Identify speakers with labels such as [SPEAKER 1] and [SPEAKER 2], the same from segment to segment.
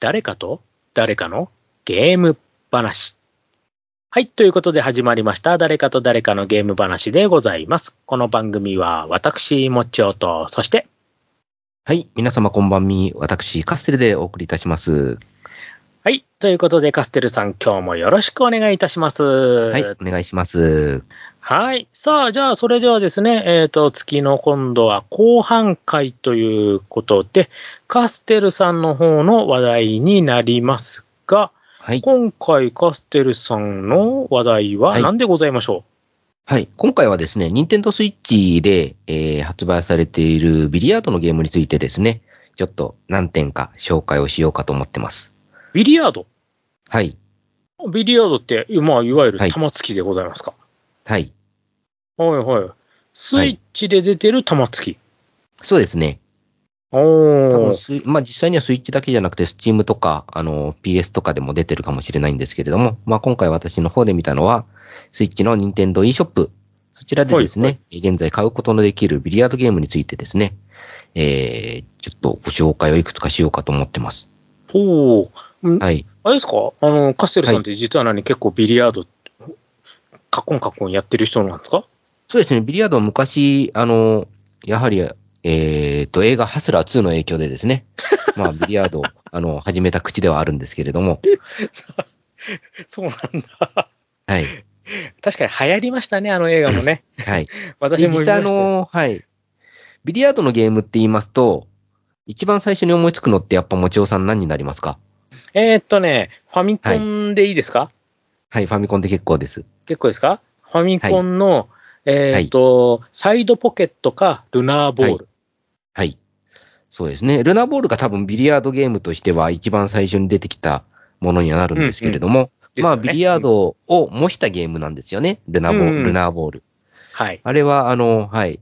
[SPEAKER 1] 誰かと誰かのゲーム話。はい。ということで始まりました。誰かと誰かのゲーム話でございます。この番組は私、もっちおと、そして、
[SPEAKER 2] はい。皆様こんばんみ。私、カステルでお送りいたします。
[SPEAKER 1] はい。ということで、カステルさん、今日もよろしくお願いいたします。は
[SPEAKER 2] はい。お願いします。
[SPEAKER 1] はい。さあ、じゃあ、それではですね、えっ、と、月の今度は後半回ということで、カステルさんの方の話題になりますが、
[SPEAKER 2] はい。
[SPEAKER 1] 今回カステルさんの話題は
[SPEAKER 2] はい
[SPEAKER 1] 何でございましょ
[SPEAKER 2] はい。今回はですね、任天堂スイッチで、えー発売されているビリヤードのゲームについてですね、ちょっと何点か紹介をしようかと思ってます。
[SPEAKER 1] う、ビリヤード
[SPEAKER 2] はい。
[SPEAKER 1] ビリヤードって、まあ、いわゆる
[SPEAKER 2] はい
[SPEAKER 1] 玉突きでございますか。
[SPEAKER 2] はい。
[SPEAKER 1] はい、はい。スイッチで出てる玉突き。
[SPEAKER 2] そうですね。
[SPEAKER 1] お
[SPEAKER 2] 多分
[SPEAKER 1] ー。
[SPEAKER 2] スイまあ実際にはスイッチだけじゃなくて、スチームとか、あの、PS とかでも出てるかもしれないんですけれども、まあ今回私の方で見たのは、スイッチの Nintendo e ショップ。そちらでですね、
[SPEAKER 1] は
[SPEAKER 2] 現在買うことのできるビリヤードゲームについてですね、えー、ちょっとご紹介をいくつかしようかと思ってます。
[SPEAKER 1] ほう。ん
[SPEAKER 2] はい。
[SPEAKER 1] あれですかあの、カステルさんって実は何、結構ビリヤード、カコンカコンやってる人なんですか
[SPEAKER 2] そうですね、ビリヤードは昔、あの、やはり、えーと、映画ハスラー2の影響でで すね、まあビリヤードを、あの、始めた口ではあるんですけれども、
[SPEAKER 1] そうなんだ。
[SPEAKER 2] はい。
[SPEAKER 1] 確かに流行りましたね、あの映画も ね。
[SPEAKER 2] はい。
[SPEAKER 1] 私
[SPEAKER 2] で
[SPEAKER 1] も見ま
[SPEAKER 2] 実
[SPEAKER 1] した
[SPEAKER 2] 際あ
[SPEAKER 1] よ
[SPEAKER 2] の、はい。ビリヤードのゲームって言いますと、一番最初に思いつくのってやっぱもちおさん何になりますか
[SPEAKER 1] えーっとね、ファミコンでいいですか、
[SPEAKER 2] はい、ファミコンで結構です。
[SPEAKER 1] 結構ですかファミコンの、えーっと、サイドポケットかルナーボール。
[SPEAKER 2] はい。そうですね。ルナーボールが多分ビリヤードゲームとしては一番最初に出てきたものにはなるんですけれども、
[SPEAKER 1] です
[SPEAKER 2] ま
[SPEAKER 1] よ
[SPEAKER 2] あ
[SPEAKER 1] ね
[SPEAKER 2] ビリヤードを模したゲームなんですよね。ルナーボール。
[SPEAKER 1] うん
[SPEAKER 2] ルナーボール。
[SPEAKER 1] はい。
[SPEAKER 2] あれはあの、はい。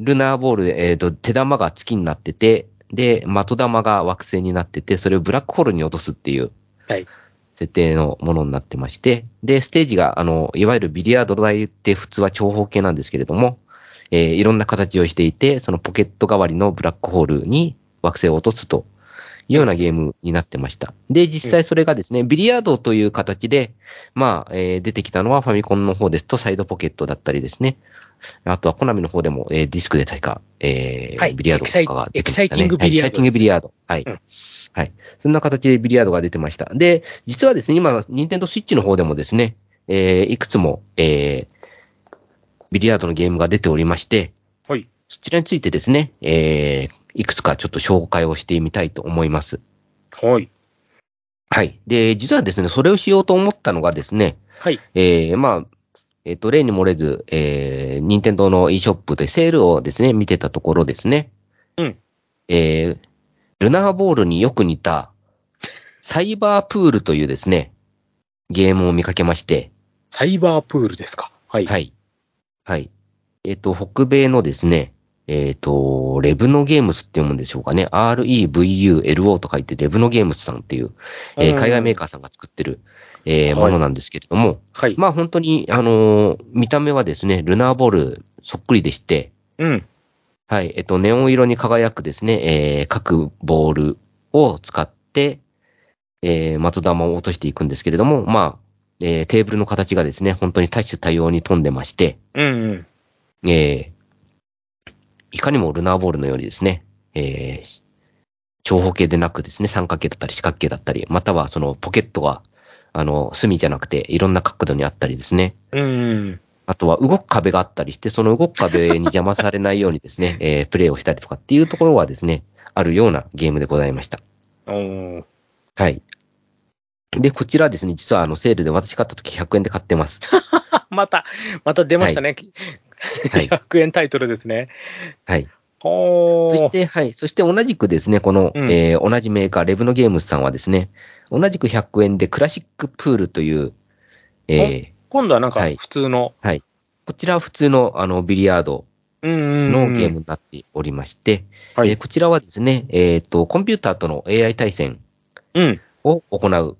[SPEAKER 2] ルナーボールで、えっ、と、手玉が月になってて、で、的玉が惑星になってて、それをブラックホールに落とすっていう。
[SPEAKER 1] はい
[SPEAKER 2] 設定のものになってまして、で、ステージが、あの、いわゆるビリヤード台って普通は長方形なんですけれども、えーいろんな形をしていて、そのポケット代わりのブラックホールに惑星を落とすというようなゲームになってました。で、実際それがですね、ビリヤードという形で、まあ、えー出てきたのはファミコンの方ですとサイドポケットだったりですね。あとはコナミの方でも、えーディスクで確か、えー
[SPEAKER 1] はい
[SPEAKER 2] ビリヤードとかが出てました
[SPEAKER 1] エキサ
[SPEAKER 2] ね
[SPEAKER 1] イティングビリヤード
[SPEAKER 2] はいエキサイティングビリヤード。はい。
[SPEAKER 1] うん
[SPEAKER 2] はい。そんな形でビリヤードが出てました。で、実はですね、今、ニンテンドスイッチの方でもですね、えーいくつも、えービリヤードのゲームが出ておりまして、
[SPEAKER 1] はい。
[SPEAKER 2] そちらについてですね、えーいくつかちょっと紹介をしてみたいと思います。
[SPEAKER 1] はい。
[SPEAKER 2] はい。で、実はですね、それをしようと思ったのがですね、
[SPEAKER 1] はい。
[SPEAKER 2] えーまあ、えっ、と、例に漏れず、えー、任天堂の e ショップでセールをですね、見てたところですね。
[SPEAKER 1] うん。
[SPEAKER 2] えー、ルナーボールによく似た、サイバープールというですね、ゲームを見かけまして、
[SPEAKER 1] サイバープールですか。はい。
[SPEAKER 2] はい。はい。えっ、と、北米のですね、えっ、と、レブノゲームスって読むんでしょうかね。REVULO と書いて、レブノゲームスさんっていう、えー
[SPEAKER 1] うん
[SPEAKER 2] 海外メーカーさんが作ってる、
[SPEAKER 1] は
[SPEAKER 2] えー
[SPEAKER 1] い
[SPEAKER 2] ものなんですけれども、
[SPEAKER 1] はい。
[SPEAKER 2] まあ本当に、あのー見た目はですね、ルナーボールそっくりでして、
[SPEAKER 1] うん。
[SPEAKER 2] はい、えっと、ネオン色に輝くですね、えー各ボールを使って、えー的玉を落としていくんですけれども、まあ、えーテーブルの形がですね、本当に多種多様に飛んでまして、
[SPEAKER 1] うんうん。
[SPEAKER 2] えーいかにもルナーボールのようにですね、えー長方形でなくですね、三角形だったり四角形だったり、またはそのポケットが、あの、隅じゃなくて、いろんな角度にあったりですね、
[SPEAKER 1] うん。
[SPEAKER 2] あとは動く壁があったりして、その動く壁に邪魔されないようにですね、 えープレイをしたりとかっていうところはですね、あるようなゲームでございました。
[SPEAKER 1] おー
[SPEAKER 2] はい。で、こちらですね、実はあのセールで私買った時100円で買って ます。
[SPEAKER 1] あまた、また出ましたね。
[SPEAKER 2] はい。
[SPEAKER 1] 100円タイトルですね。
[SPEAKER 2] はい。
[SPEAKER 1] ほ
[SPEAKER 2] そし
[SPEAKER 1] ー。
[SPEAKER 2] て、はい。そして同じくですね、この、
[SPEAKER 1] うん
[SPEAKER 2] えー同じメーカー、レブノゲームズさんはですね、同じく100円でクラシックプールという、えー
[SPEAKER 1] 今度はなんか
[SPEAKER 2] はい
[SPEAKER 1] 普通の、
[SPEAKER 2] こちらは普通のあのビリヤード
[SPEAKER 1] うんうんう
[SPEAKER 2] の
[SPEAKER 1] ん
[SPEAKER 2] ゲームになっておりまして、
[SPEAKER 1] はい
[SPEAKER 2] えーこちらはですね、えっ、と、コンピューターとの AI 対戦
[SPEAKER 1] うん。
[SPEAKER 2] を行う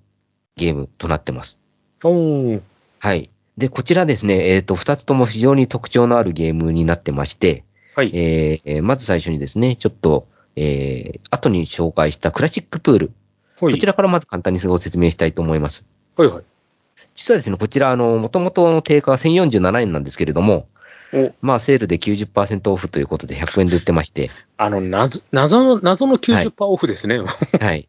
[SPEAKER 2] ゲームとなってます。
[SPEAKER 1] おー。
[SPEAKER 2] はい。で、こちらですね、えっ、と、二つとも非常に特徴のあるゲームになってまして、
[SPEAKER 1] はい。
[SPEAKER 2] えーえーまず最初にですね、ちょっと、えー後に紹介したクラシックプール。
[SPEAKER 1] ほい。
[SPEAKER 2] こちらからまず簡単にご説明したいと思います。
[SPEAKER 1] ほいほい。
[SPEAKER 2] 実はですね、こちら、あの、元々の定価は1047円なんですけれども、
[SPEAKER 1] お、
[SPEAKER 2] まあ、セールで90%オフということで100円で売って まして、
[SPEAKER 1] あの、謎、謎の、謎の90%オフですね。
[SPEAKER 2] はい。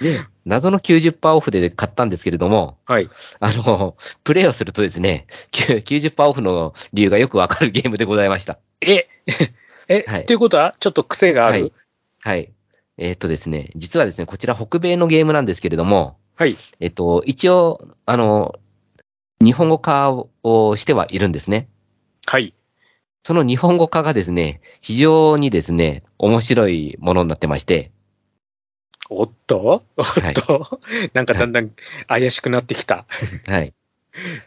[SPEAKER 2] で、謎の90%オフで買ったんですけれども、
[SPEAKER 1] はい。
[SPEAKER 2] あの、プレイをするとですね、90%オフの理由がよくわかるゲームでございました。
[SPEAKER 1] え、え、
[SPEAKER 2] はい
[SPEAKER 1] ということは、ちょっと癖があ
[SPEAKER 2] はい
[SPEAKER 1] る。。
[SPEAKER 2] はい。えーっとですね、実はですね、こちら北米のゲームなんですけれども、
[SPEAKER 1] はい。
[SPEAKER 2] えっと、一応、あの、日本語化をしてはいるんですね。
[SPEAKER 1] はい。
[SPEAKER 2] その日本語化がですね、非常にですね、面白いものになってまして、
[SPEAKER 1] おっとおっ
[SPEAKER 2] はい。
[SPEAKER 1] と、 なんかだんだん怪しくなってきた。
[SPEAKER 2] はい。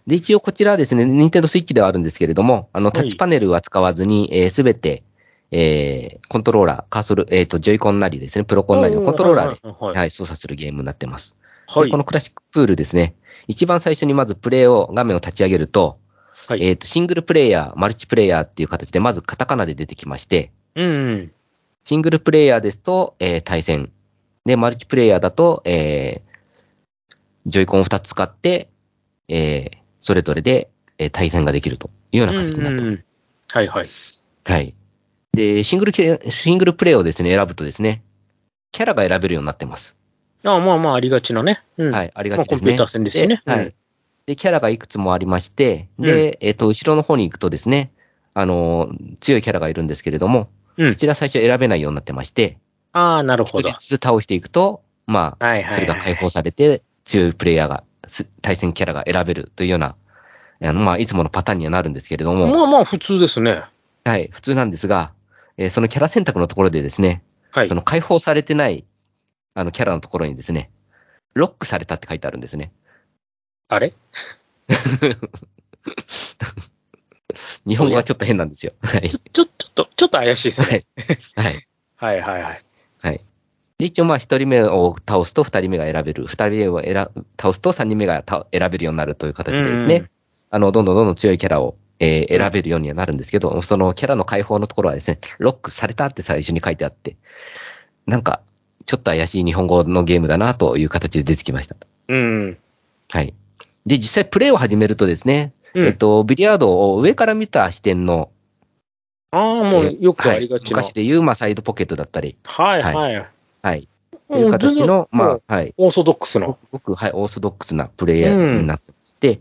[SPEAKER 2] で、一応こちらはですね、任天堂スイッチではあるんですけれども、あの、
[SPEAKER 1] はい
[SPEAKER 2] タッチパネルは使わずに、えすべて、えーコントローラー、カーソル、えっ、と、ジョイコンなりですね、プロコンなりのコントローラーで、
[SPEAKER 1] うんうんうんうんはい。
[SPEAKER 2] はい、操作するゲームになってます。
[SPEAKER 1] は
[SPEAKER 2] で
[SPEAKER 1] い。
[SPEAKER 2] このクラシックプールですね、一番最初にまずプレイを、画面を立ち上げると、
[SPEAKER 1] はい
[SPEAKER 2] えっ、と、シングルプレイヤー、マルチプレイヤーっていう形で、まずカタカナで出てきまして、
[SPEAKER 1] うんうん。
[SPEAKER 2] シングルプレイヤーですと、えー対戦。で、マルチプレイヤーだと、えージョイコンを2つ使って、えーそれぞれで、えー対戦ができるというような形になってます。
[SPEAKER 1] はいはい。
[SPEAKER 2] はい。で、シングルけ、シングルプレイをですね、選ぶとですね、キャラが選べるようになってます。
[SPEAKER 1] あまあまあ、ありがちなね。うん。。
[SPEAKER 2] はいい、ありがちです
[SPEAKER 1] まあコンピュ
[SPEAKER 2] ね。
[SPEAKER 1] ーター戦ですしね
[SPEAKER 2] は
[SPEAKER 1] うん
[SPEAKER 2] い。で、キャラがいくつもありまして、
[SPEAKER 1] う
[SPEAKER 2] で、えっ、と、後ろの方に行くとですね、あのー強いキャラがいるんですけれども、
[SPEAKER 1] うん
[SPEAKER 2] そちら最初選べないようになってまして、
[SPEAKER 1] ああ、なる
[SPEAKER 2] 一
[SPEAKER 1] ほ
[SPEAKER 2] 人
[SPEAKER 1] ど。
[SPEAKER 2] ずつ倒していくと、まあ、
[SPEAKER 1] はいはいはい
[SPEAKER 2] それが解放されて、強いプレイヤーが、す対戦キャラが選べるというような、あのまあ、いつものパターンにはなるんですけれども、
[SPEAKER 1] まあまあ、普通ですね。
[SPEAKER 2] はい、普通なんですが、えーそのキャラ選択のところでですね、
[SPEAKER 1] はい
[SPEAKER 2] そ。の解放されてない、あの、キャラのところにですね、ロックされたって書いてあるんですね。
[SPEAKER 1] あれ
[SPEAKER 2] 日本語はちょっと変なんですよ。はい。
[SPEAKER 1] ちょ、ちょっと、ちょっと怪しいです
[SPEAKER 2] は
[SPEAKER 1] ね。
[SPEAKER 2] い。はい。
[SPEAKER 1] はいはいはい。
[SPEAKER 2] はい。で一応まあ、一人目を倒すと二人目が選べる、二人目を選倒すと三人目がた選べるようになるという形でですね、
[SPEAKER 1] うんうん
[SPEAKER 2] あの、どんどんどんどん強いキャラを、えー選べるようにはなるんですけど、そのキャラの解放のところはですね、ロックされたって最初に書いてあって、なんか、ちょっと怪しい日本語のゲームだなという形で出てきました。
[SPEAKER 1] うん。
[SPEAKER 2] はい。で、実際プレイを始めるとですね、
[SPEAKER 1] うん
[SPEAKER 2] えっと、ビリヤードを上から見た視点の、
[SPEAKER 1] ああ、も
[SPEAKER 2] え
[SPEAKER 1] う
[SPEAKER 2] ー
[SPEAKER 1] よく
[SPEAKER 2] は
[SPEAKER 1] あ
[SPEAKER 2] い
[SPEAKER 1] りがちな。
[SPEAKER 2] 昔で言う、まあ、サイドポケットだったり、
[SPEAKER 1] はいはい。
[SPEAKER 2] はい。と
[SPEAKER 1] も
[SPEAKER 2] いうう
[SPEAKER 1] 全
[SPEAKER 2] 形
[SPEAKER 1] 然
[SPEAKER 2] の、
[SPEAKER 1] も
[SPEAKER 2] ま
[SPEAKER 1] う
[SPEAKER 2] あ、はい。
[SPEAKER 1] オーソドックス
[SPEAKER 2] ご
[SPEAKER 1] の。
[SPEAKER 2] く、ごくはい、オーソドックスなプレイヤーになってまして、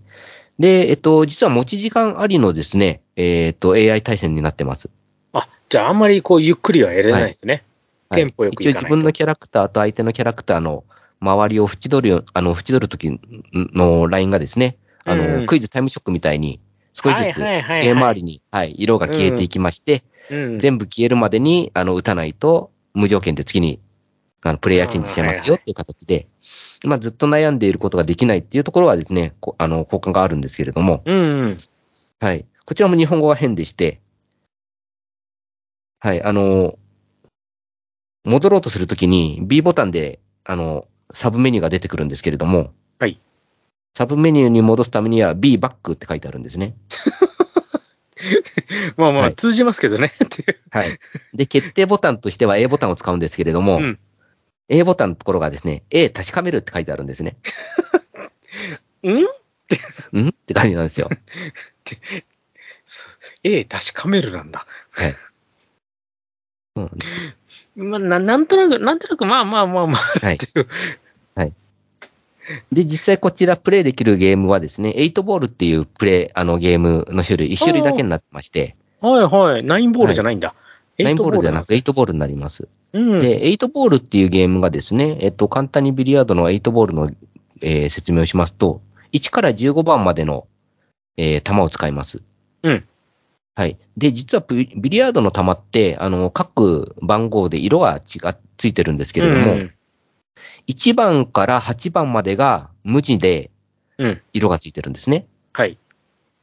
[SPEAKER 2] で、えっと、実は持ち時間ありのですね、えっと、AI 対戦になってます。
[SPEAKER 1] あ、じゃああんまりこう、ゆっくりはやれないですね。
[SPEAKER 2] はい
[SPEAKER 1] テンポよくいかないと
[SPEAKER 2] 一応自分のキャラクターと相手のキャラクターの周りを縁取るよ、あの、縁取るときのラインがですね、あの、
[SPEAKER 1] うん
[SPEAKER 2] クイズタイムショックみたいに、少しずつ、
[SPEAKER 1] はいはいはいはい
[SPEAKER 2] ゲーム周りに、はい、色が消えていきまして、
[SPEAKER 1] うん。
[SPEAKER 2] 全部消えるまでに、あの、打たないと、無条件で次に、あの、プレイヤーチェンジしちゃいますよっていう形で、まあ、ずっと悩んでいることができないっていうところはですね、こあの、交換があるんですけれども、
[SPEAKER 1] うんうん。
[SPEAKER 2] はい。こちらも日本語が変でして、はい、あの、戻ろうとするときに B ボタンで、あの、サブメニューが出てくるんですけれども、
[SPEAKER 1] はい。
[SPEAKER 2] サブメニューに戻すためには B バックって書いてあるんですね。
[SPEAKER 1] まあま
[SPEAKER 2] は
[SPEAKER 1] あ、
[SPEAKER 2] い
[SPEAKER 1] 通じますけどね。 っていう
[SPEAKER 2] はい。で、決定ボタンとしては A ボタンを使うんですけれども、
[SPEAKER 1] うん
[SPEAKER 2] A ボタンのところがですね、A 確かめるって書いてあるんですね。
[SPEAKER 1] うん
[SPEAKER 2] うんって感じなんですよ。
[SPEAKER 1] ?A 確かめるなんだ。
[SPEAKER 2] はい。そうなんです
[SPEAKER 1] まあ、ななんとなく、なんとなく、まあまあまあまあ。
[SPEAKER 2] はい
[SPEAKER 1] っていう。
[SPEAKER 2] はい。で、実際こちらプレイできるゲームはですね、8ボールっていうプレイ、あのゲームの種類、1種類だけになってまして、
[SPEAKER 1] はいはい。ナインボールじゃないんだ。
[SPEAKER 2] 9
[SPEAKER 1] ト
[SPEAKER 2] ボールではなく8ボールになります。
[SPEAKER 1] うん。
[SPEAKER 2] で、8ボールっていうゲームがですね、えっと、簡単にビリヤードの8ボールの、えー説明をしますと、1から15番までの、えー球を使います。
[SPEAKER 1] うん。
[SPEAKER 2] はい。で、実はビビリヤードの球って、あの、各番号で色が違ついてるんですけれども、
[SPEAKER 1] うん
[SPEAKER 2] 1番から8番までが無地で
[SPEAKER 1] うん。
[SPEAKER 2] 色がついてるんですね。
[SPEAKER 1] はい。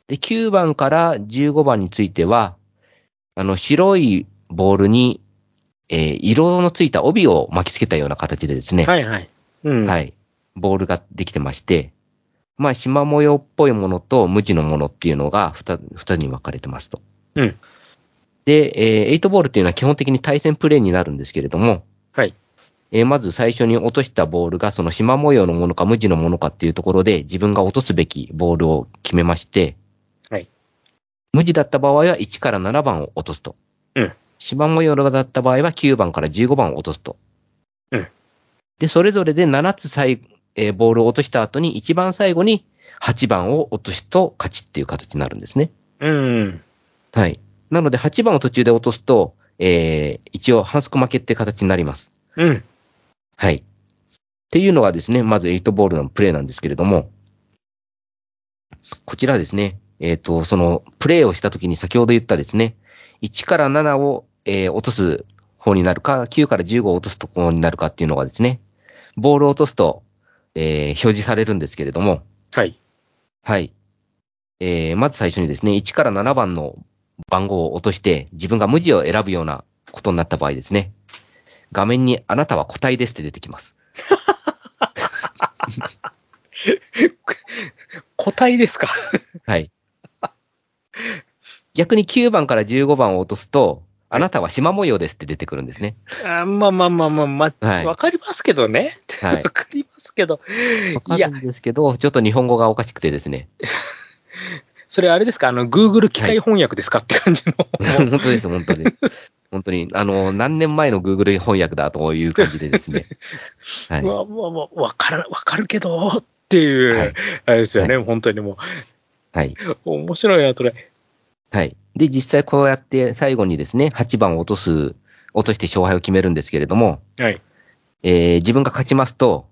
[SPEAKER 2] で、9番から15番については、あの、白いボールに、えー色のついた帯を巻きつけたような形でですね、
[SPEAKER 1] はいはい。うん。
[SPEAKER 2] はい。ボールができてまして、まあ、縞模様っぽいものと無地のものっていうのが二二つに分かれてますと。
[SPEAKER 1] うん。
[SPEAKER 2] で、えー、8ボールっていうのは基本的に対戦プレイになるんですけれども、
[SPEAKER 1] はい。
[SPEAKER 2] ええーまず最初に落としたボールがその縞模様のものか無地のものかっていうところで自分が落とすべきボールを決めまして、
[SPEAKER 1] はい。
[SPEAKER 2] 無地だった場合は1から7番を落とすと。
[SPEAKER 1] うん。
[SPEAKER 2] 芝模様だった場合は9番から15番を落とすと。
[SPEAKER 1] うん。
[SPEAKER 2] で、それぞれで7つ最、えーボールを落とした後に一番最後に8番を落とすと勝ちっていう形になるんですね。
[SPEAKER 1] うん。
[SPEAKER 2] はい。なので8番を途中で落とすと、えー、一応反則負けって形になります。
[SPEAKER 1] うん。
[SPEAKER 2] はい。っていうのがですね、まずエイトボールのプレイなんですけれども、こちらですね、えっ、と、その、プレイをしたときに先ほど言ったですね、1から7を、えー落とす方になるか、9から15を落とすところになるかっていうのがですね、ボールを落とすと、えー表示されるんですけれども、
[SPEAKER 1] はい。
[SPEAKER 2] はい。えーまず最初にですね、1から7番の番号を落として、自分が無地を選ぶようなことになった場合ですね、画面にあなたは個体ですって出てきます。
[SPEAKER 1] 個体ですか
[SPEAKER 2] はい。 逆に9番から15番を落とすと、あなたは縞模様ですって出てくるんですね。
[SPEAKER 1] あまあまあまあまあまあ、
[SPEAKER 2] はい
[SPEAKER 1] わかりますけどね。わ、
[SPEAKER 2] はい。
[SPEAKER 1] かりますけど。
[SPEAKER 2] わ か
[SPEAKER 1] い
[SPEAKER 2] る
[SPEAKER 1] や
[SPEAKER 2] ん、ですけど、ちょっと日本語がおかしくてで すね。
[SPEAKER 1] それあれですかあの、Google 機械翻訳ですか、って感じの。
[SPEAKER 2] 本当です、本当です。本当に、あの、何年前の Google 翻訳だという感じでで すね。はい。
[SPEAKER 1] わわわわからわかるけどっていう、
[SPEAKER 2] はい
[SPEAKER 1] あれですよね、本当にも
[SPEAKER 2] はい。
[SPEAKER 1] う、面白いな、それ。
[SPEAKER 2] はい。で、実際こうやって最後にですね、8番を落とす、落として勝敗を決めるんですけれども、
[SPEAKER 1] はい。
[SPEAKER 2] えー自分が勝ちますと、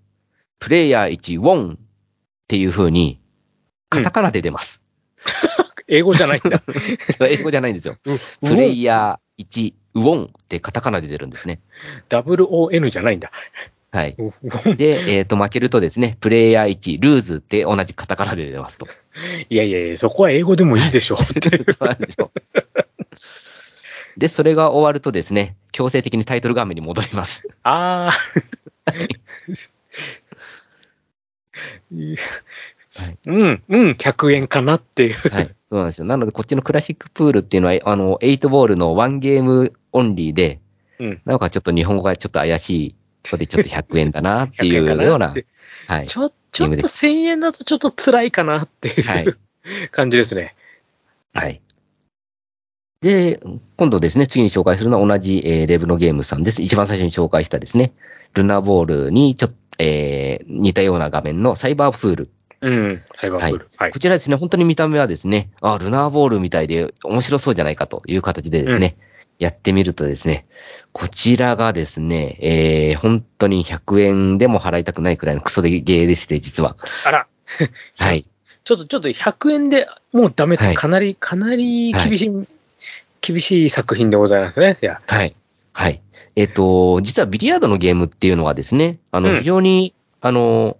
[SPEAKER 2] プレイヤー1、ウォンっていう風に、カタカナで出ます。
[SPEAKER 1] 英語じゃない んだ。
[SPEAKER 2] それ英語じゃないんですよ。プレイヤー1、ウォンってカタカナで出るんですね。
[SPEAKER 1] WON じゃないんだ。
[SPEAKER 2] はい。
[SPEAKER 1] ウォン
[SPEAKER 2] で、えっ、と、負けるとですね、プレイヤー1、ルーズって同じカタカナで出ますと。
[SPEAKER 1] いやいやいや、そこは英語でもいいで しょうっていう。
[SPEAKER 2] そうなんで すよ。で、それが終わるとですね、強制的にタイトル画面に戻ります。
[SPEAKER 1] あー。
[SPEAKER 2] はい
[SPEAKER 1] うん、うん、100円かなっていう。
[SPEAKER 2] はい。そうなんですよ。なので、こっちのクラシックプールっていうのは、あの、8ボールのワンゲームオンリーで、
[SPEAKER 1] うん
[SPEAKER 2] なんかちょっと日本語がちょっと怪しい。それでちょっと100円だなってい
[SPEAKER 1] 100円か
[SPEAKER 2] う
[SPEAKER 1] な
[SPEAKER 2] ような。
[SPEAKER 1] って
[SPEAKER 2] はい。
[SPEAKER 1] ちょちょっと1000円だとちょっと辛いかなっていう、
[SPEAKER 2] はい
[SPEAKER 1] 感じですね。
[SPEAKER 2] はい。で、今度ですね、次に紹介するのは同じ、えーレブのゲームさんです。一番最初に紹介したですね、ルナボールにちょっと、えー似たような画面のサイバープール。
[SPEAKER 1] うん、サイバープール。はい
[SPEAKER 2] こ。ちらですね、本当に見た目はですね、あ、ルナーボールみたいで面白そうじゃないかという形でですね、やってみるとですね、こちらがですね、えー、本当に100円でも払いたくないくらいのクソでゲーでして、実は。
[SPEAKER 1] あら、
[SPEAKER 2] はい。
[SPEAKER 1] ちょっと、ちょっと100円でもうダメって、
[SPEAKER 2] はい
[SPEAKER 1] かなり、かなり厳しい、厳しい作品でございますね。いや、
[SPEAKER 2] はい。はい。えっ、と、実はビリヤードのゲームっていうのはですね、あ
[SPEAKER 1] う
[SPEAKER 2] の、
[SPEAKER 1] ん
[SPEAKER 2] 非常に、あの、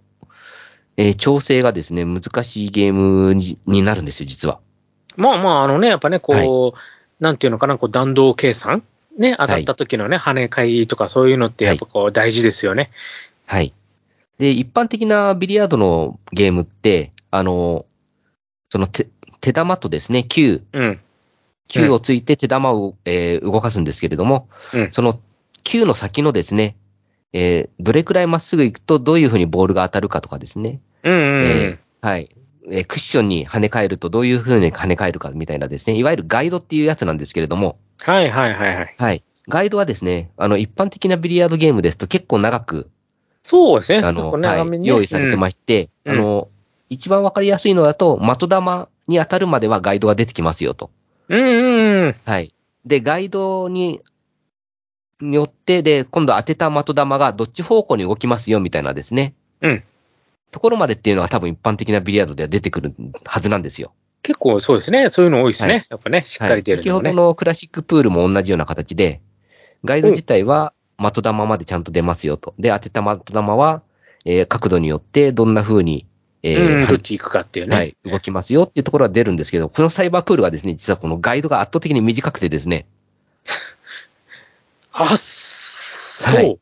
[SPEAKER 2] えー調整がですね、難しいゲームにになるんですよ、実は。
[SPEAKER 1] まあまあ、あのね、やっぱね、こう、なんていうのかな、こう弾道計算ね、当たった時のね、跳ね返りとかそういうのって、やっぱこう、大事ですよね。
[SPEAKER 2] はい。で、一般的なビリヤードのゲームって、あの、その手、手玉とですね、球、
[SPEAKER 1] うん。
[SPEAKER 2] 球をついて手玉を、えー動かすんですけれども、
[SPEAKER 1] うん
[SPEAKER 2] その球の先のですね、えーどれくらいまっすぐ行くとどういうふうにボールが当たるかとかですね、
[SPEAKER 1] うんうんうん。
[SPEAKER 2] えーはい。えークッションに跳ね返るとどういうふうに跳ね返るかみたいなですね、いわゆるガイドっていうやつなんですけれども、
[SPEAKER 1] はいはいはいはい。
[SPEAKER 2] はい。ガイドはですね、あの、一般的なビリヤードゲームですと結構長く
[SPEAKER 1] そうですね。
[SPEAKER 2] あ
[SPEAKER 1] ちょっ
[SPEAKER 2] の、
[SPEAKER 1] とね
[SPEAKER 2] は
[SPEAKER 1] 長め
[SPEAKER 2] い、
[SPEAKER 1] にね
[SPEAKER 2] 用意されてまして、
[SPEAKER 1] うん
[SPEAKER 2] あの、一番わかりやすいのだと、的玉に当たるまではガイドが出てきますよと。
[SPEAKER 1] うんうんうん。
[SPEAKER 2] はい。で、ガイドに、によって、で、今度当てた的玉がどっち方向に動きますよみたいなですね。
[SPEAKER 1] うん。
[SPEAKER 2] ところまでっていうのが多分一般的なビリヤードでは出てくるはずなんですよ。
[SPEAKER 1] 結構そうですね。そういうの多いですね。
[SPEAKER 2] はい
[SPEAKER 1] やっぱね、しっかり出る
[SPEAKER 2] はい。先
[SPEAKER 1] の
[SPEAKER 2] ほ
[SPEAKER 1] ね。
[SPEAKER 2] どのクラシックプールも同じような形で、ガイド自体は的玉までちゃんと出ますよと。で、当てた的玉は、えー角度によってどんな風に、えー
[SPEAKER 1] うんうん、
[SPEAKER 2] は
[SPEAKER 1] どっち行くかっていうね。
[SPEAKER 2] はい、動きますよっていうところは出るんですけど、このサイバープールがですね、実はこのガイドが圧倒的に短くてですね、
[SPEAKER 1] あ、そう。
[SPEAKER 2] はい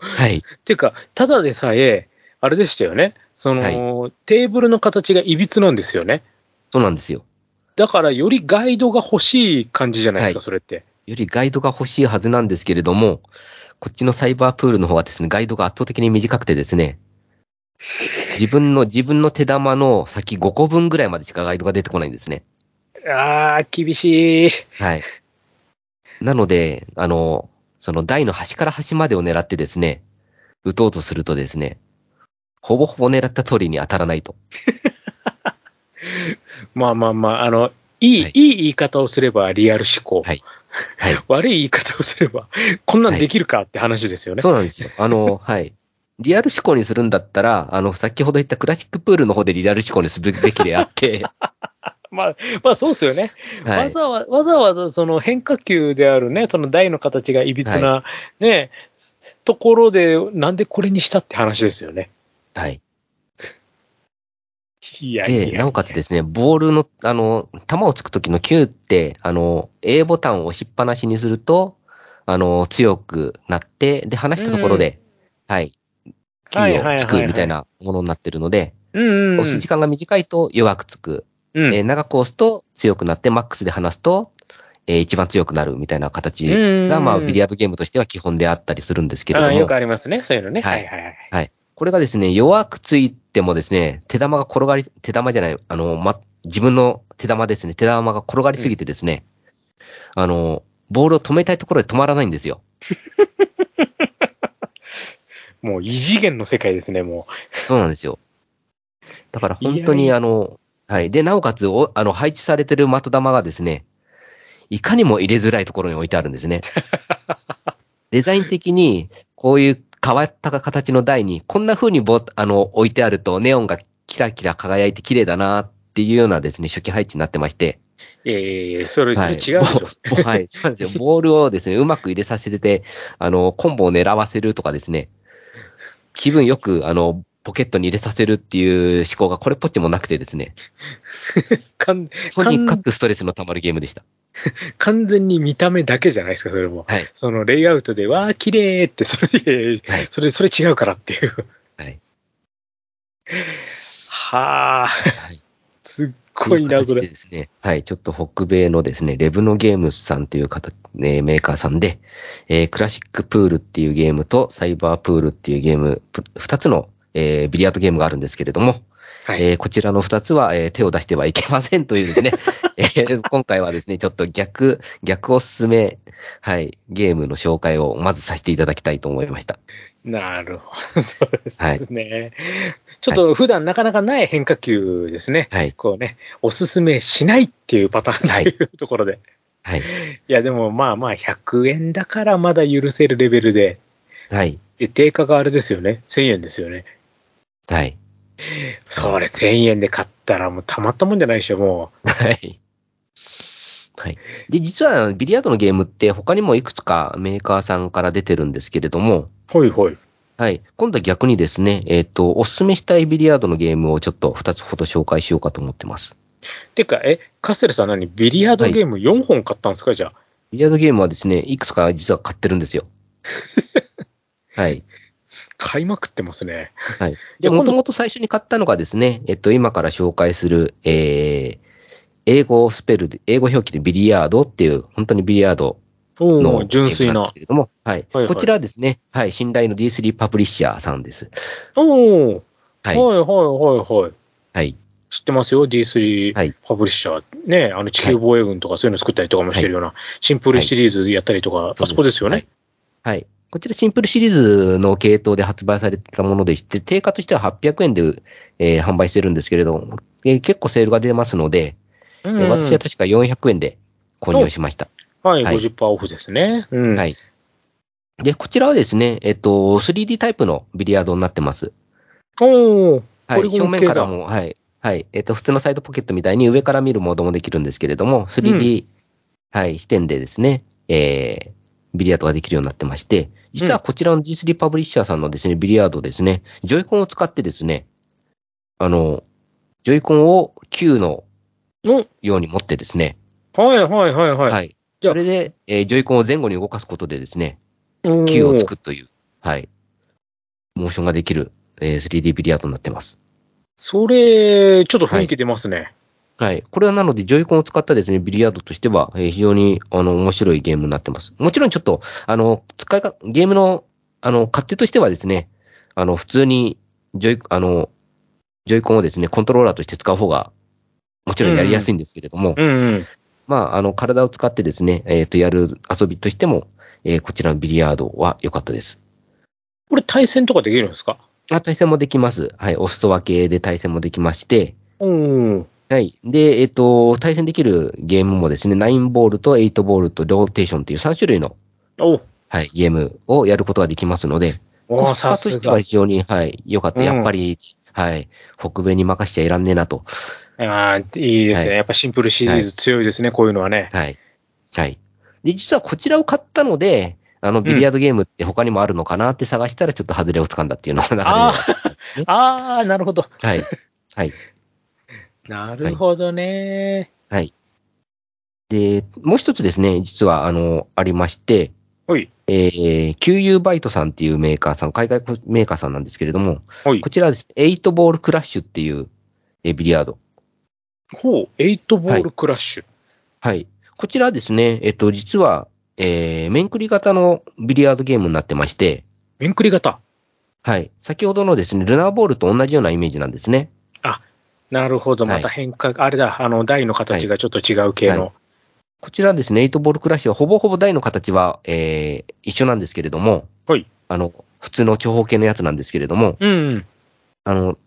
[SPEAKER 2] はい、
[SPEAKER 1] っていうか、ただでさえ、あれでしたよね。その、
[SPEAKER 2] は
[SPEAKER 1] テーブルの形がいびつなんですよね。
[SPEAKER 2] そうなんですよ。
[SPEAKER 1] だから、よりガイドが欲しい感じじゃないですか、
[SPEAKER 2] はい
[SPEAKER 1] それって。
[SPEAKER 2] よりガイドが欲しいはずなんですけれども、こっちのサイバープールの方はですね、ガイドが圧倒的に短くてですね、自分の、自分の手玉の先5個分ぐらいまでしかガイドが出てこないんですね。
[SPEAKER 1] ああ、厳しい。
[SPEAKER 2] はい。なので、あの、その台の端から端までを狙ってですね、撃とうとするとですね、ほぼほぼ狙った通りに当たらないと。
[SPEAKER 1] まあまあまあ、あの、いい、
[SPEAKER 2] はい
[SPEAKER 1] い、い言い方をすればリアル思考。
[SPEAKER 2] はい はい。
[SPEAKER 1] 悪い言い方をすれば、こんなんできるかって話ですよね。
[SPEAKER 2] そうなんですよ。あの、はい。リアル思考にするんだったら、あの、先ほど言ったクラシックプールの方でリアル思考にするべきで あって、
[SPEAKER 1] まあ、まあそうですよね。
[SPEAKER 2] は
[SPEAKER 1] わ
[SPEAKER 2] い。
[SPEAKER 1] ざわわざわざその変化球であるね、その台の形がいびつな、ね、ところで、なんでこれにしたって話ですよね。
[SPEAKER 2] はい。
[SPEAKER 1] いやい
[SPEAKER 2] で、
[SPEAKER 1] や
[SPEAKER 2] なおかつですね、ボールの、あの、球をつくときの Q って、あの、A ボタンを押しっぱなしにすると、あの、強くなって、で、離したところで、はい。Q
[SPEAKER 1] はいはいはいは
[SPEAKER 2] を
[SPEAKER 1] い
[SPEAKER 2] つくみたいなものになってるので、
[SPEAKER 1] うんうんうん。
[SPEAKER 2] 押す時間が短いと弱くつく。
[SPEAKER 1] うん
[SPEAKER 2] えー長く押すと強くなって、マックスで離すと、えー一番強くなるみたいな形
[SPEAKER 1] うん
[SPEAKER 2] が、まあ、ビリヤードゲームとしては基本であったりするんですけれど
[SPEAKER 1] ああよく
[SPEAKER 2] も、
[SPEAKER 1] ありますね、そういうのね。は
[SPEAKER 2] はいい
[SPEAKER 1] はいはい。
[SPEAKER 2] これがですね、弱くついてもですね、手玉が転がり、手玉じゃない、あの、ま、自分の手玉ですね、手玉が転がりすぎてですね、あの、ボールを止めたいところで止まらないんですよ。
[SPEAKER 1] もう異次元の世界ですね、も
[SPEAKER 2] そうなんですよ。だから本当
[SPEAKER 1] い
[SPEAKER 2] に
[SPEAKER 1] や
[SPEAKER 2] あの、はい。で、なおかつお、あの、配置されてる的玉がですね、いかにも入れづらいところに置いてある んですね。デザイン的に、こういう変わった形の台に、こんな風にボあの、置いてあると、ネオンがキラキラ輝いて綺麗だなっていうようなですね、初期配置になってまして、
[SPEAKER 1] う。ええそれ、
[SPEAKER 2] はい
[SPEAKER 1] それ違うでしょ。
[SPEAKER 2] ぼはい。そうなんです よ。ボールをですね、うまく入れさせてて、あの、コンボを狙わせるとかですね、気分よく、あの、ポケットに入れさせるっていう思考がこれっぽっちもなくてですね、
[SPEAKER 1] かん
[SPEAKER 2] とにかくストレスの溜まるゲームでした。
[SPEAKER 1] 完全に見た目だけじゃないですか、それも。
[SPEAKER 2] はい。
[SPEAKER 1] そのレイアウトで、わあ、綺麗って、それ、
[SPEAKER 2] はい
[SPEAKER 1] それ、それ違うからっていう。
[SPEAKER 2] はい。
[SPEAKER 1] はあ、
[SPEAKER 2] はい。
[SPEAKER 1] すっごいな、そ
[SPEAKER 2] とう形で
[SPEAKER 1] れ。
[SPEAKER 2] ですね。はい。ちょっと北米のですね、レブノゲームスさんという方、ね、メーカーさんで、えークラシックプールっていうゲームとサイバープールっていうゲーム、ぷ二つの、えービリヤードゲームがあるんですけれども、
[SPEAKER 1] はい。
[SPEAKER 2] えーこちらの2つは、えー手を出してはいけませんというで すね、えー今回はですね、ちょっと逆、逆おすすめ、はい、ゲームの紹介をまずさせていただきたいと思いました。
[SPEAKER 1] なるほど。そうです
[SPEAKER 2] はい
[SPEAKER 1] ね。ちょっと普段なかなかない変化球ですね。
[SPEAKER 2] はい、
[SPEAKER 1] こうね、おすすめしないっていうパターンっていうところで。
[SPEAKER 2] はい、
[SPEAKER 1] い、や、でもまあまあ、100円だからまだ許せるレベルで、
[SPEAKER 2] はい、
[SPEAKER 1] で、定価があれですよね。1000円ですよね。
[SPEAKER 2] はい、
[SPEAKER 1] それ1000円で買ったらもうたまったもんじゃないでしょ、も
[SPEAKER 2] はい。はい。で、実は、ビリヤードのゲームって他にもいくつかメーカーさんから出てるんですけれども、
[SPEAKER 1] う。ほいほい。
[SPEAKER 2] はい。今度は逆にですね、えっ、と、おすすめしたいビリヤードのゲームをちょっと2つほど紹介しようかと思ってます。
[SPEAKER 1] てか、え、カステルさん何ビリヤードゲーム4本買ったんですか、じゃあ。
[SPEAKER 2] ビリヤードゲームはですね、いくつか実は買ってるんですよ。 はい。
[SPEAKER 1] 買いまくってますね。
[SPEAKER 2] はい。
[SPEAKER 1] じ
[SPEAKER 2] で、
[SPEAKER 1] ゃあ今
[SPEAKER 2] も
[SPEAKER 1] 度
[SPEAKER 2] ともと最初に買ったのがですね、えっと、今から紹介する、えー、英語スペルで、英語表記でビリヤードっていう、本当にビリヤード
[SPEAKER 1] お
[SPEAKER 2] の
[SPEAKER 1] ー純粋
[SPEAKER 2] ゲームな
[SPEAKER 1] な
[SPEAKER 2] んです。けれども、はい。
[SPEAKER 1] はいはい
[SPEAKER 2] こちらはですね、はい、信頼の D3 パブリッシャーさんです。
[SPEAKER 1] おー
[SPEAKER 2] は
[SPEAKER 1] はい
[SPEAKER 2] い。
[SPEAKER 1] はいはいはい。
[SPEAKER 2] はい。
[SPEAKER 1] 知ってますよ、D3
[SPEAKER 2] はい
[SPEAKER 1] パブリッシャー。ね、あの地球防衛軍とかそういうの作ったりとかもしてるような、シンプルシリーズやったりとか、あそこですよね。
[SPEAKER 2] はい。はい。こちらシンプルシリーズの系統で発売されたものでして、定価としては800円で、えー販売してるんですけれども、えー結構セールが出ますので、
[SPEAKER 1] うん
[SPEAKER 2] 私は確か400円で購入しました。
[SPEAKER 1] はい、
[SPEAKER 2] はい
[SPEAKER 1] 50%オフですね。うん。
[SPEAKER 2] はい。で、こちらはですね、えっと、3D タイプのビリヤードになってます。
[SPEAKER 1] おー
[SPEAKER 2] は
[SPEAKER 1] ポリ
[SPEAKER 2] い。
[SPEAKER 1] ゴ
[SPEAKER 2] 正
[SPEAKER 1] ン
[SPEAKER 2] 面
[SPEAKER 1] 系だ
[SPEAKER 2] からも、はい。はい。えっと、普通のサイドポケットみたいに上から見るモードもできるんですけれども、3D、はい、視点でですね、えー、ビリヤードができるようになってまして、実はこちらの G3 パブリッシャーさんのですね、ビリヤードですね、ジョイコンを使ってですね、あの、ジョイコンを Q の
[SPEAKER 1] の
[SPEAKER 2] ように持ってですね、
[SPEAKER 1] はいはいはいはい。
[SPEAKER 2] はい。
[SPEAKER 1] じゃあ
[SPEAKER 2] それで、えージョイコンを前後に動かすことでですね、
[SPEAKER 1] おー
[SPEAKER 2] Q をつくという、はい。モーションができる、えー 3D ビリヤードになってます。
[SPEAKER 1] それ、ちょっと雰囲気出ますね。
[SPEAKER 2] はい。これはなので、ジョイコンを使ったですね、ビリヤードとしては、えー非常に、あの、面白いゲームになってます。もちろんちょっと、あの、使いか、ゲームの、あの、勝手としてはですね、あの、普通に、ジョイ、あの、ジョイコンをですね、コントローラーとして使う方が、もちろんやりやすいんですけれども、
[SPEAKER 1] うんうん。
[SPEAKER 2] まあ、あの、体を使ってですね、えっ、と、やる遊びとしても、えーこちらのビリヤードは良かったです。
[SPEAKER 1] これ対戦とかできるんですか
[SPEAKER 2] あ、対戦もできます。はい。お裾分けで対戦もできまして、
[SPEAKER 1] うん。
[SPEAKER 2] はい。で、えっ、と、対戦できるゲームもですね、9ボールと8ボールとローテーションっていう3種類の、
[SPEAKER 1] お
[SPEAKER 2] はい、ゲームをやることができますので、
[SPEAKER 1] お
[SPEAKER 2] コスパ
[SPEAKER 1] さす
[SPEAKER 2] として
[SPEAKER 1] が
[SPEAKER 2] は。非常に、はい、良かった。
[SPEAKER 1] うん
[SPEAKER 2] やっぱり、はい、北米に任しちゃいらんねえなと。
[SPEAKER 1] あーいいですね、
[SPEAKER 2] はい
[SPEAKER 1] やっぱシンプルシリーズ強いですね、こういうのはね。
[SPEAKER 2] はい。はい。で、実はこちらを買ったので、あの、ビリヤードゲームって他にもあるのかなって探したら、ちょっと外れをつかんだっていうのが流れで
[SPEAKER 1] あ
[SPEAKER 2] は
[SPEAKER 1] ーあー、なるほど。
[SPEAKER 2] はい。はい。
[SPEAKER 1] なるほどね。
[SPEAKER 2] はい。で、もう一つですね、実は、あの、ありまして、
[SPEAKER 1] ほい。
[SPEAKER 2] えー、QU バイトさんっていうメーカーさん、海外メーカーさんなんですけれども、
[SPEAKER 1] ほい
[SPEAKER 2] こ。ちらはですね、8ボールクラッシュっていう、えービリヤード。
[SPEAKER 1] ほう、8ボールクラッシュ。
[SPEAKER 2] はい。こちらはですね、えっと、実は、えー、面繰り型のビリヤードゲームになってまして、
[SPEAKER 1] 面繰り型。
[SPEAKER 2] はい。先ほどのですね、ルナーボールと同じようなイメージなんですね。
[SPEAKER 1] なるほど、
[SPEAKER 2] はい
[SPEAKER 1] また変化、あれだ、あの、台の形がちょっと違う系の。
[SPEAKER 2] こちらですね、8ボールクラッシュはほぼほぼ台の形は、えー、一緒なんですけれども、
[SPEAKER 1] はい。
[SPEAKER 2] あの、普通の長方形のやつなんですけれども、
[SPEAKER 1] うん。
[SPEAKER 2] あの、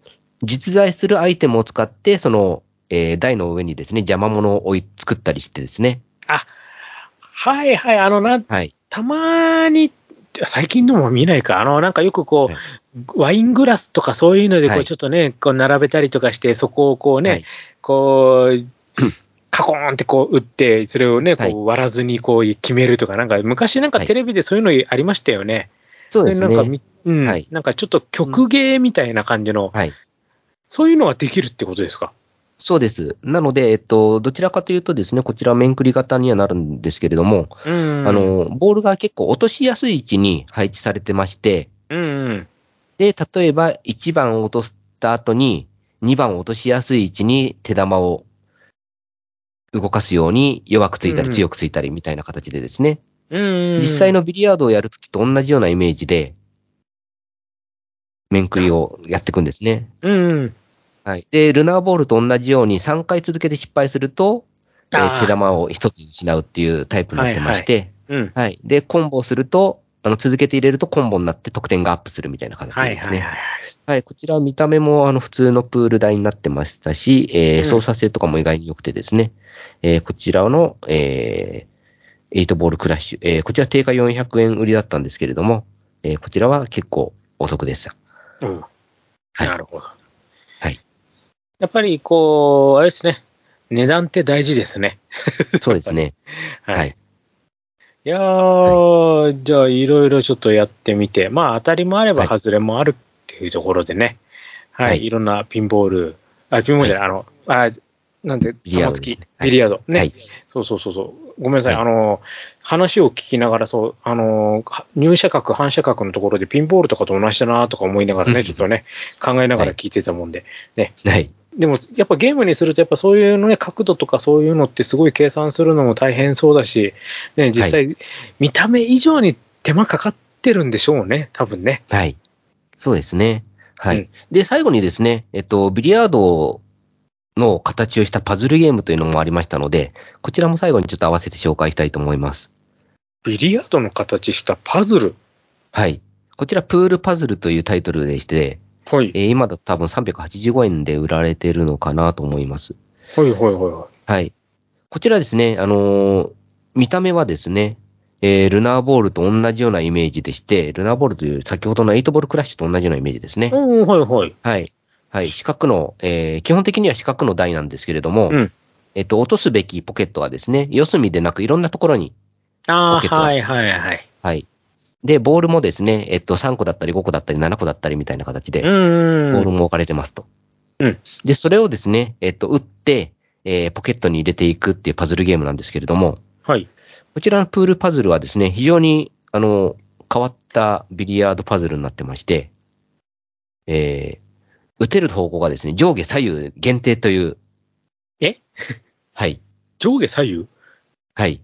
[SPEAKER 2] 実在するアイテムを使って、その、えー台の上にですね、邪魔物を追い作ったりしてですね。
[SPEAKER 1] はいはい、あの、なん
[SPEAKER 2] はい。
[SPEAKER 1] たまに、最近のも見ないか、あの、なんかよくこ、
[SPEAKER 2] はいう
[SPEAKER 1] ワイングラスとかそういうので、こ
[SPEAKER 2] は
[SPEAKER 1] う、
[SPEAKER 2] い
[SPEAKER 1] ちょっとね、こう、並べたりとかして、そこをこう
[SPEAKER 2] は
[SPEAKER 1] ね
[SPEAKER 2] い、
[SPEAKER 1] こう、 カコーンってこう打って、それをね、こ
[SPEAKER 2] はいう
[SPEAKER 1] 割らずにこう決めるとか、なんか昔なんか
[SPEAKER 2] はい
[SPEAKER 1] テレビでそういうのありましたよね。
[SPEAKER 2] そうです
[SPEAKER 1] なんか
[SPEAKER 2] ね。
[SPEAKER 1] み、うん、
[SPEAKER 2] はい
[SPEAKER 1] なんかちょっと曲芸みたいな感じの、
[SPEAKER 2] はい。
[SPEAKER 1] そういうのはできるってことですか
[SPEAKER 2] そうです。なので、えっと、どちらかというとですね、こちら面繰り型にはなるんですけれども、
[SPEAKER 1] うん。
[SPEAKER 2] あ、の、ボールが結構落としやすい位置に配置されてまして、
[SPEAKER 1] うんうん。
[SPEAKER 2] で、例えば1番を落とした後に、2番を落としやすい位置に手玉を動かすように弱くついた
[SPEAKER 1] う
[SPEAKER 2] り
[SPEAKER 1] ん
[SPEAKER 2] 強くついたりみたいな形でですね、
[SPEAKER 1] うん。
[SPEAKER 2] 実際。のビリヤードをやるときと同じようなイメージで、面繰りをやっていくんですね。
[SPEAKER 1] うん。
[SPEAKER 2] はい。で、ルナーボールと同じように3回続けて失敗すると、えー
[SPEAKER 1] あー
[SPEAKER 2] 手玉を1つ失うっていうタイプになってまして、
[SPEAKER 1] うん。
[SPEAKER 2] はい、で、コンボをすると、あの続けて入れるとコンボになって得点がアップするみたいな形
[SPEAKER 1] はい
[SPEAKER 2] です
[SPEAKER 1] はいは
[SPEAKER 2] ね。
[SPEAKER 1] い
[SPEAKER 2] は、
[SPEAKER 1] はいい。
[SPEAKER 2] こちら見た目もあの普通のプール台になってましたし、えー
[SPEAKER 1] うん
[SPEAKER 2] 操作性とかも意外に良くてですね、えーこちらの、えー、8ボールクラッシュ、えーこちら定価400円売りだったんですけれども、えーこちらは結構お得 でした。
[SPEAKER 1] うん。
[SPEAKER 2] はい
[SPEAKER 1] なるほど。
[SPEAKER 2] はい。
[SPEAKER 1] やっぱり、こう、あれですね。値段って大事ですね。
[SPEAKER 2] そうですね。
[SPEAKER 1] はい。
[SPEAKER 2] はい
[SPEAKER 1] い、やー、じゃあ、いろいろちょっとやってみて、まあ、当たりもあれば、
[SPEAKER 2] はい
[SPEAKER 1] 外れもあるっていうところでね。はい。
[SPEAKER 2] はい
[SPEAKER 1] い、ろんなピンボール、あ、ピンボールじゃない、あの、あ、なんで、
[SPEAKER 2] ビリヤード
[SPEAKER 1] 玉突き
[SPEAKER 2] ですねは
[SPEAKER 1] ビ
[SPEAKER 2] い
[SPEAKER 1] リヤード。ね。
[SPEAKER 2] はい。
[SPEAKER 1] そうそうそうそう。ごめんなさい。
[SPEAKER 2] はい
[SPEAKER 1] あの、話を聞きながら、そう、あの、は入射角、反射角のところでピンボールとかと同じだなとか思いながらね、ちょっとね、考えながら聞いてたもんで。
[SPEAKER 2] はい。
[SPEAKER 1] でも、やっぱゲームにすると、やっぱそういうのね、角度とかそういうのってすごい計算するのも大変そうだし、ね、実際、見た目以上に手間かかってるんでしょうね、多分ね。
[SPEAKER 2] はい。そうですね。はい。
[SPEAKER 1] うん
[SPEAKER 2] で、最後にですね、えっと、ビリヤードの形をしたパズルゲームというのもありましたので、こちらも最後にちょっと合わせて紹介したいと思います。
[SPEAKER 1] ビリヤードの形したパズル。
[SPEAKER 2] はい。こちら、プールパズルというタイトルでして、
[SPEAKER 1] ほい。
[SPEAKER 2] えー今だと多分385円で売られてるのかなと思います。
[SPEAKER 1] ほいほいほいほ
[SPEAKER 2] はい。こちらですね、あのー見た目はですね、えールナーボールと同じようなイメージでして、ルナーボールという先ほどの8ボールクラッシュと同じようなイメージですね
[SPEAKER 1] い。。うん、ほいほい。
[SPEAKER 2] はい。はい。四角の、えー基本的には四角の台なんですけれども、
[SPEAKER 1] うん
[SPEAKER 2] えっと、落とすべきポケットはですね、四隅でなくいろんなところに、
[SPEAKER 1] あ
[SPEAKER 2] ポケッ
[SPEAKER 1] あ、
[SPEAKER 2] ト
[SPEAKER 1] はいはいはい。
[SPEAKER 2] はい。で、ボールもですね、えっと、3個だったり5個だったり7個だったりみたいな形
[SPEAKER 1] う
[SPEAKER 2] で、ボ
[SPEAKER 1] ん。
[SPEAKER 2] ールも置かれてますと。
[SPEAKER 1] うん
[SPEAKER 2] で、それをですね、えっと、打って、えーポケットに入れていくっていうパズルゲームなんですけれども、
[SPEAKER 1] はい。
[SPEAKER 2] こちらのプールパズルはですね、非常に、あの、変わったビリヤードパズルになってまして、えー、打てる方向がですね、上下左右限定という、
[SPEAKER 1] え
[SPEAKER 2] はい。
[SPEAKER 1] 上下左右
[SPEAKER 2] はい。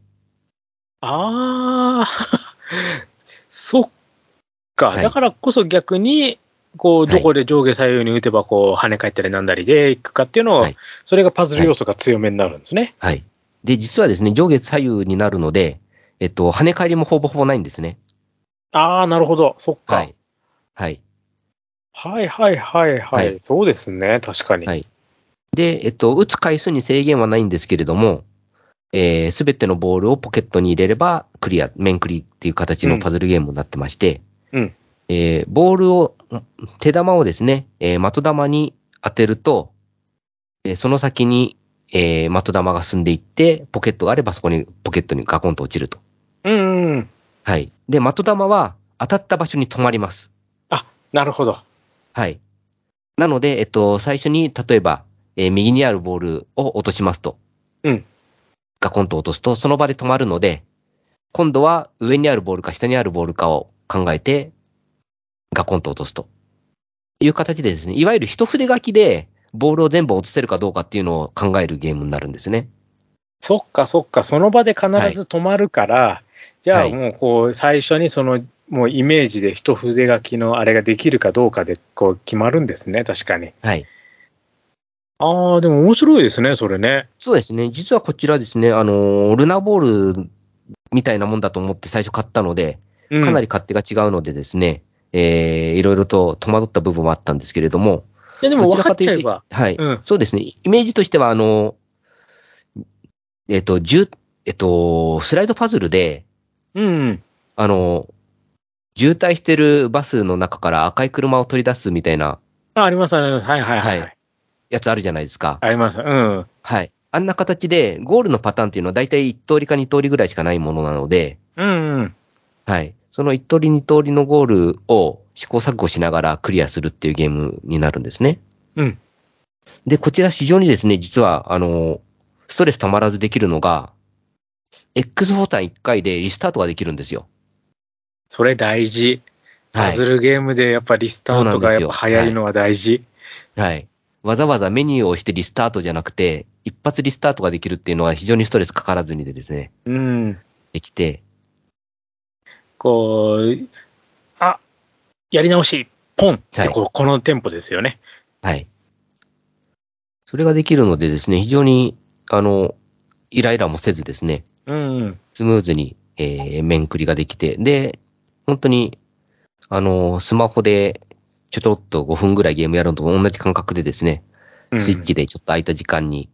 [SPEAKER 1] ああ、 そっか、
[SPEAKER 2] はい
[SPEAKER 1] だからこそ逆に、こう、
[SPEAKER 2] はい
[SPEAKER 1] どこで上下左右に打てば、こう、跳ね返ったりなんだりでいくかっていうのを、
[SPEAKER 2] はい
[SPEAKER 1] それがパズル要素が強めになるんですね。
[SPEAKER 2] はい。で、実はですね、上下左右になるので、えっと、跳ね返りもほぼほぼないんですね。
[SPEAKER 1] ああ、なるほど、そっか。
[SPEAKER 2] は
[SPEAKER 1] はい
[SPEAKER 2] い。、はい。
[SPEAKER 1] はい、はい、はい、
[SPEAKER 2] はい
[SPEAKER 1] そうですね、確かに。
[SPEAKER 2] はいで、えっと、打つ回数に制限はないんですけれども、す、え、べ、てのボールをポケットに入れれば、クリア、面クリっていう形のパズルゲームになってまして、
[SPEAKER 1] うん。
[SPEAKER 2] えーボールを、ん手玉をですね、えー的玉に当てると、えーその先に、えー的玉が進んでいって、ポケットがあればそこに、ポケットにガコンと落ちると。
[SPEAKER 1] うん、うん、
[SPEAKER 2] はい。で、的玉は当たった場所に止まります。
[SPEAKER 1] なるほど。
[SPEAKER 2] はい。なので、えっと、最初に、例えば、えー右にあるボールを落としますと。
[SPEAKER 1] うん。
[SPEAKER 2] ガコンと落とすと、その場で止まるので、今度は上にあるボールか下にあるボールかを考えて、ガコンと落とすと。いう形でですね、いわゆる一筆書きで、ボールを全部落とせるかどうかっていうのを考えるゲームになるんですね。
[SPEAKER 1] そっかそっか、その場で必ず止まるから、じゃ
[SPEAKER 2] は
[SPEAKER 1] あ
[SPEAKER 2] い
[SPEAKER 1] もうこう、最初にその、もうイメージで一筆書きのあれができるかどうかで、こう、決まるんですね、確かに。
[SPEAKER 2] はい。
[SPEAKER 1] ああ、でも面白いですね、それね。
[SPEAKER 2] そうですね、実はこちらですね、あのールナボールみたいなもんだと思って最初買ったので、
[SPEAKER 1] うん、
[SPEAKER 2] かなり勝手が違うのでですね、えーいろいろと戸惑った部分はあったんですけれども、
[SPEAKER 1] いや、でも分かっちゃえ
[SPEAKER 2] どちら
[SPEAKER 1] ば
[SPEAKER 2] か。というとはい、
[SPEAKER 1] うん
[SPEAKER 2] そうですね、イメージとしては、あの、えっ、と、10えっ、と、スライドパズルで、
[SPEAKER 1] うん。
[SPEAKER 2] あの、渋滞してるバスの中から赤い車を取り出すみたいな
[SPEAKER 1] あ、あります、あります。はいはいはい。
[SPEAKER 2] はいやつあるじゃないですか。
[SPEAKER 1] あります。うん。
[SPEAKER 2] はい。あんな形で、ゴールのパターンっていうのは大体1通りか2通りぐらいしかないものなので、
[SPEAKER 1] うん、うん。
[SPEAKER 2] はい。その1通り2通りのゴールを試行錯誤しながらクリアするっていうゲームになるんですね。
[SPEAKER 1] うん。
[SPEAKER 2] で、こちら非常にですね、実は、あの、ストレスたまらずできるのが、X ボタン1回でリスタートができるんですよ。
[SPEAKER 1] それ大事。
[SPEAKER 2] はい
[SPEAKER 1] パズルゲームでやっぱリスタートがやっぱ早いのは大事。
[SPEAKER 2] はい。わざわざメニューを押してリスタートじゃなくて、一発リスタートができるっていうのは非常にストレスかからずにでですね、
[SPEAKER 1] うん。
[SPEAKER 2] できて、
[SPEAKER 1] こう、あ、やり直し、ポンってこう、このテンポですよね。
[SPEAKER 2] はい。それができるのでですね、非常に、あの、イライラもせずですね、
[SPEAKER 1] うん。
[SPEAKER 2] スムーズに、えー面繰りができて、で、本当に、あのースマホで、ちょちょっと5分ぐらいゲームやるのと同じ感覚でですね、
[SPEAKER 1] うん
[SPEAKER 2] スイッチでちょっと空いた時間に、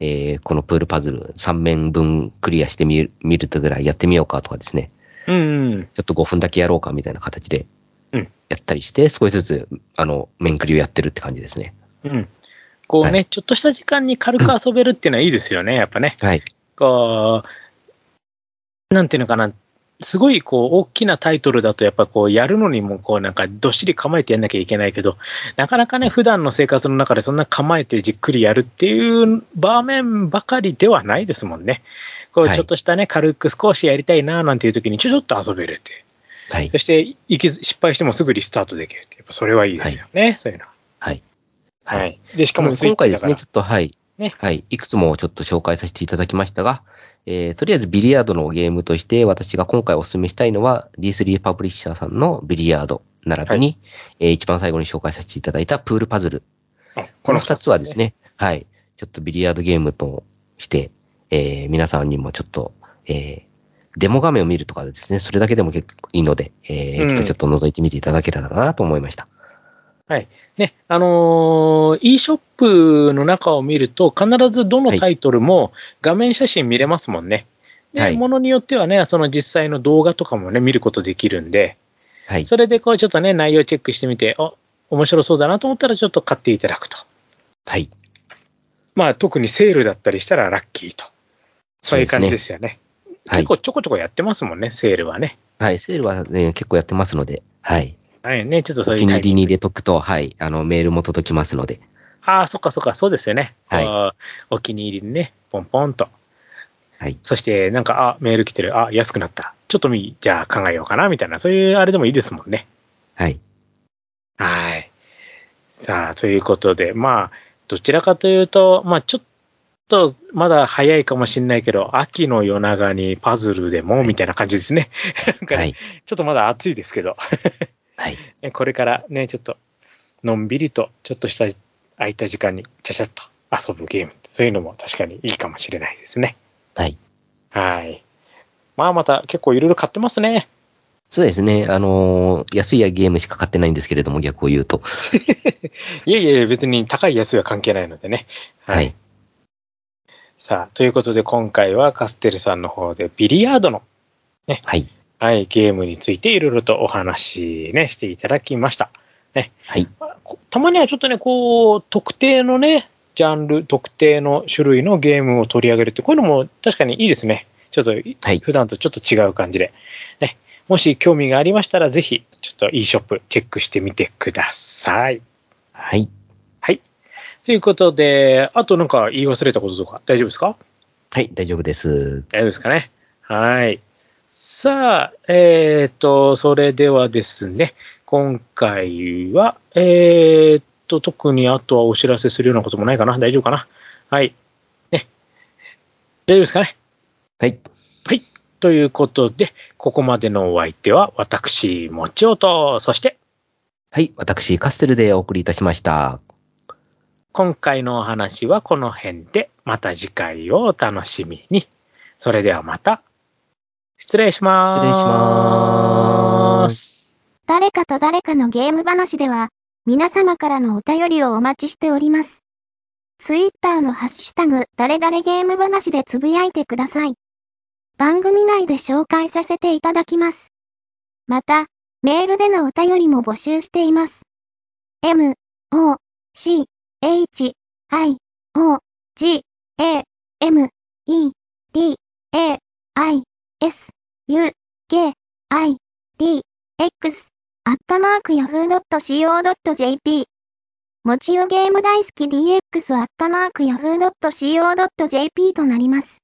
[SPEAKER 2] えーこのプールパズル3面分クリアしてみる、見るとぐらいやってみようかとかですね、
[SPEAKER 1] うんうん。
[SPEAKER 2] ちょっと5分だけやろうかみたいな形で、
[SPEAKER 1] うん
[SPEAKER 2] やったりして、少しずつ、あの、面繰りをやってるって感じですね。
[SPEAKER 1] うん。こうね、
[SPEAKER 2] は
[SPEAKER 1] ちょっとした時間に軽く遊べるっていうのはいいですよね、やっぱね。
[SPEAKER 2] はい。
[SPEAKER 1] こう、なんていうのかな、すごいこう大きなタイトルだと、やっぱこうやるのにもこうなんかどっしり構えてやんなきゃいけないけど、なかなかね、普段の生活の中でそんな構えてじっくりやるっていう場面ばかりではないですもんね。こう
[SPEAKER 2] はい
[SPEAKER 1] ちょっとしたね、軽く少しやりたいななんていう時にちょちょっと遊べるっていう。
[SPEAKER 2] はい
[SPEAKER 1] そ。して息づ失敗してもすぐリスタートできるって、やっぱそれはいいですよね、そういうのは。
[SPEAKER 2] はい。
[SPEAKER 1] は。い。で、しかもスイッ
[SPEAKER 2] 今
[SPEAKER 1] チ
[SPEAKER 2] 回で
[SPEAKER 1] だ
[SPEAKER 2] す
[SPEAKER 1] から。
[SPEAKER 2] ね、ちょっと、はい。
[SPEAKER 1] ね
[SPEAKER 2] はい。いくつもちょっと紹介させていただきましたが、えー、とりあえずビリヤードのゲームとして、私が今回お勧めしたいのは、D3 パブリッシャーさんのビリヤード並びに、
[SPEAKER 1] は
[SPEAKER 2] えー一番最後に紹介させていただいたプールパズル。
[SPEAKER 1] あ
[SPEAKER 2] この二つはです。ね、はい。ちょっとビリヤードゲームとして、えー、皆さんにもちょっと、えー、デモ画面を見るとかですね、それだけでも結構いいので、えー、
[SPEAKER 1] うん
[SPEAKER 2] 一度ちょっと覗いてみていただけたらなと思いました。
[SPEAKER 1] ね、あのー、e ショップの中を見ると、必ずどのタイトルも画面写真見れますもんね。で、
[SPEAKER 2] はい
[SPEAKER 1] ものによってはね、その実際の動画とかもね、見ることできるんで、
[SPEAKER 2] はい。
[SPEAKER 1] それでこうちょっとね、内容チェックしてみて、あ、面白そうだなと思ったらちょっと買っていただくと。
[SPEAKER 2] はい。
[SPEAKER 1] まあ、特にセールだったりしたらラッキーと。そういう感じですすよ
[SPEAKER 2] ね。
[SPEAKER 1] ね。
[SPEAKER 2] はい
[SPEAKER 1] 結構ちょこちょこやってますもんね、セールはね。
[SPEAKER 2] はい、セールは、ね、結構やってますので、はい。
[SPEAKER 1] はいね、ちょっと
[SPEAKER 2] お
[SPEAKER 1] そうい
[SPEAKER 2] 気
[SPEAKER 1] う
[SPEAKER 2] に
[SPEAKER 1] タイミ
[SPEAKER 2] 入り
[SPEAKER 1] ング
[SPEAKER 2] に入れとくと、はい、あの、メールも届きますので、
[SPEAKER 1] ああ、そっかそっか、そうですよね。
[SPEAKER 2] はい
[SPEAKER 1] あーお気に入りにね、ポンポンと。
[SPEAKER 2] はい。
[SPEAKER 1] そして、なんか、あ、メール来てる。あ、安くなった。ちょっとみ、じゃあ考えようかな、みたいな、そういうあれでもいいですもんね。
[SPEAKER 2] はい。
[SPEAKER 1] はい。さあ、ということで、まあ、どちらかというと、まあ、ちょっとまだ早いかもしれないけど、秋の夜長にパズルでもみたいな感じですね。なんかね
[SPEAKER 2] はい。
[SPEAKER 1] ちょっとまだ暑いですけど、
[SPEAKER 2] はい。
[SPEAKER 1] ねこれからね、ちょっとのんびりと、ちょっとした空いた時間にちゃちゃっと遊ぶゲーム、そういうのも確かにいいかもしれないですね。
[SPEAKER 2] はい。
[SPEAKER 1] はい。まあまた結構いろいろ買ってますね。
[SPEAKER 2] そうですね。あのー安いやゲームしか買ってないんですけれども、逆を言うと。
[SPEAKER 1] いえいえ、別に高い安いは関係ないのでね。
[SPEAKER 2] は。い。
[SPEAKER 1] さあ、ということで今回はカステルさんの方でビリヤードの、
[SPEAKER 2] はい。
[SPEAKER 1] はい、ゲームについていろいろとお話ね、していただきました。
[SPEAKER 2] はい。
[SPEAKER 1] こたまにはちょっとね、こう、特定のね、ジャンル、特定の種類のゲームを取り上げるって、こういうのも確かにいいですね。ちょっとい、
[SPEAKER 2] はい
[SPEAKER 1] 普段とちょっと違う感じで。ね、もし興味がありましたら、ぜひ、ちょっと e ショップチェックしてみてください。
[SPEAKER 2] はい。
[SPEAKER 1] はい。ということで、あとなんか言い忘れたこととか大丈夫ですか
[SPEAKER 2] はい。大丈夫です。
[SPEAKER 1] 大丈夫ですかね。はい。さあ、えっ、と、それではですね、今回は、えっ、と、特にあとはお知らせするようなこともないかな。大丈夫かな。はい。ね。大丈夫ですかね。
[SPEAKER 2] はい。
[SPEAKER 1] はい。ということで、ここまでのお相手は、私、もちおと、そして、
[SPEAKER 2] はい。私、カステルでお送りいたしました。
[SPEAKER 1] 今回のお話はこの辺で、また次回をお楽しみに。それではまた、失礼しまーす。
[SPEAKER 2] 失礼しまー
[SPEAKER 1] す。
[SPEAKER 3] 誰かと誰かのゲーム話では、皆様からのお便りをお待ちしております。ツイッターのハッシュタグ、誰々ゲーム話でつぶやいてください。番組内で紹介させていただきます。また、メールでのお便りも募集しています。m, o, c, h, i, o, g, a, m, e, d, a, i, s, u, k, i, d, x, アットマーク yahoo.co.jp。もちよゲーム大好き dx アットマーク yahoo.co.jp となります。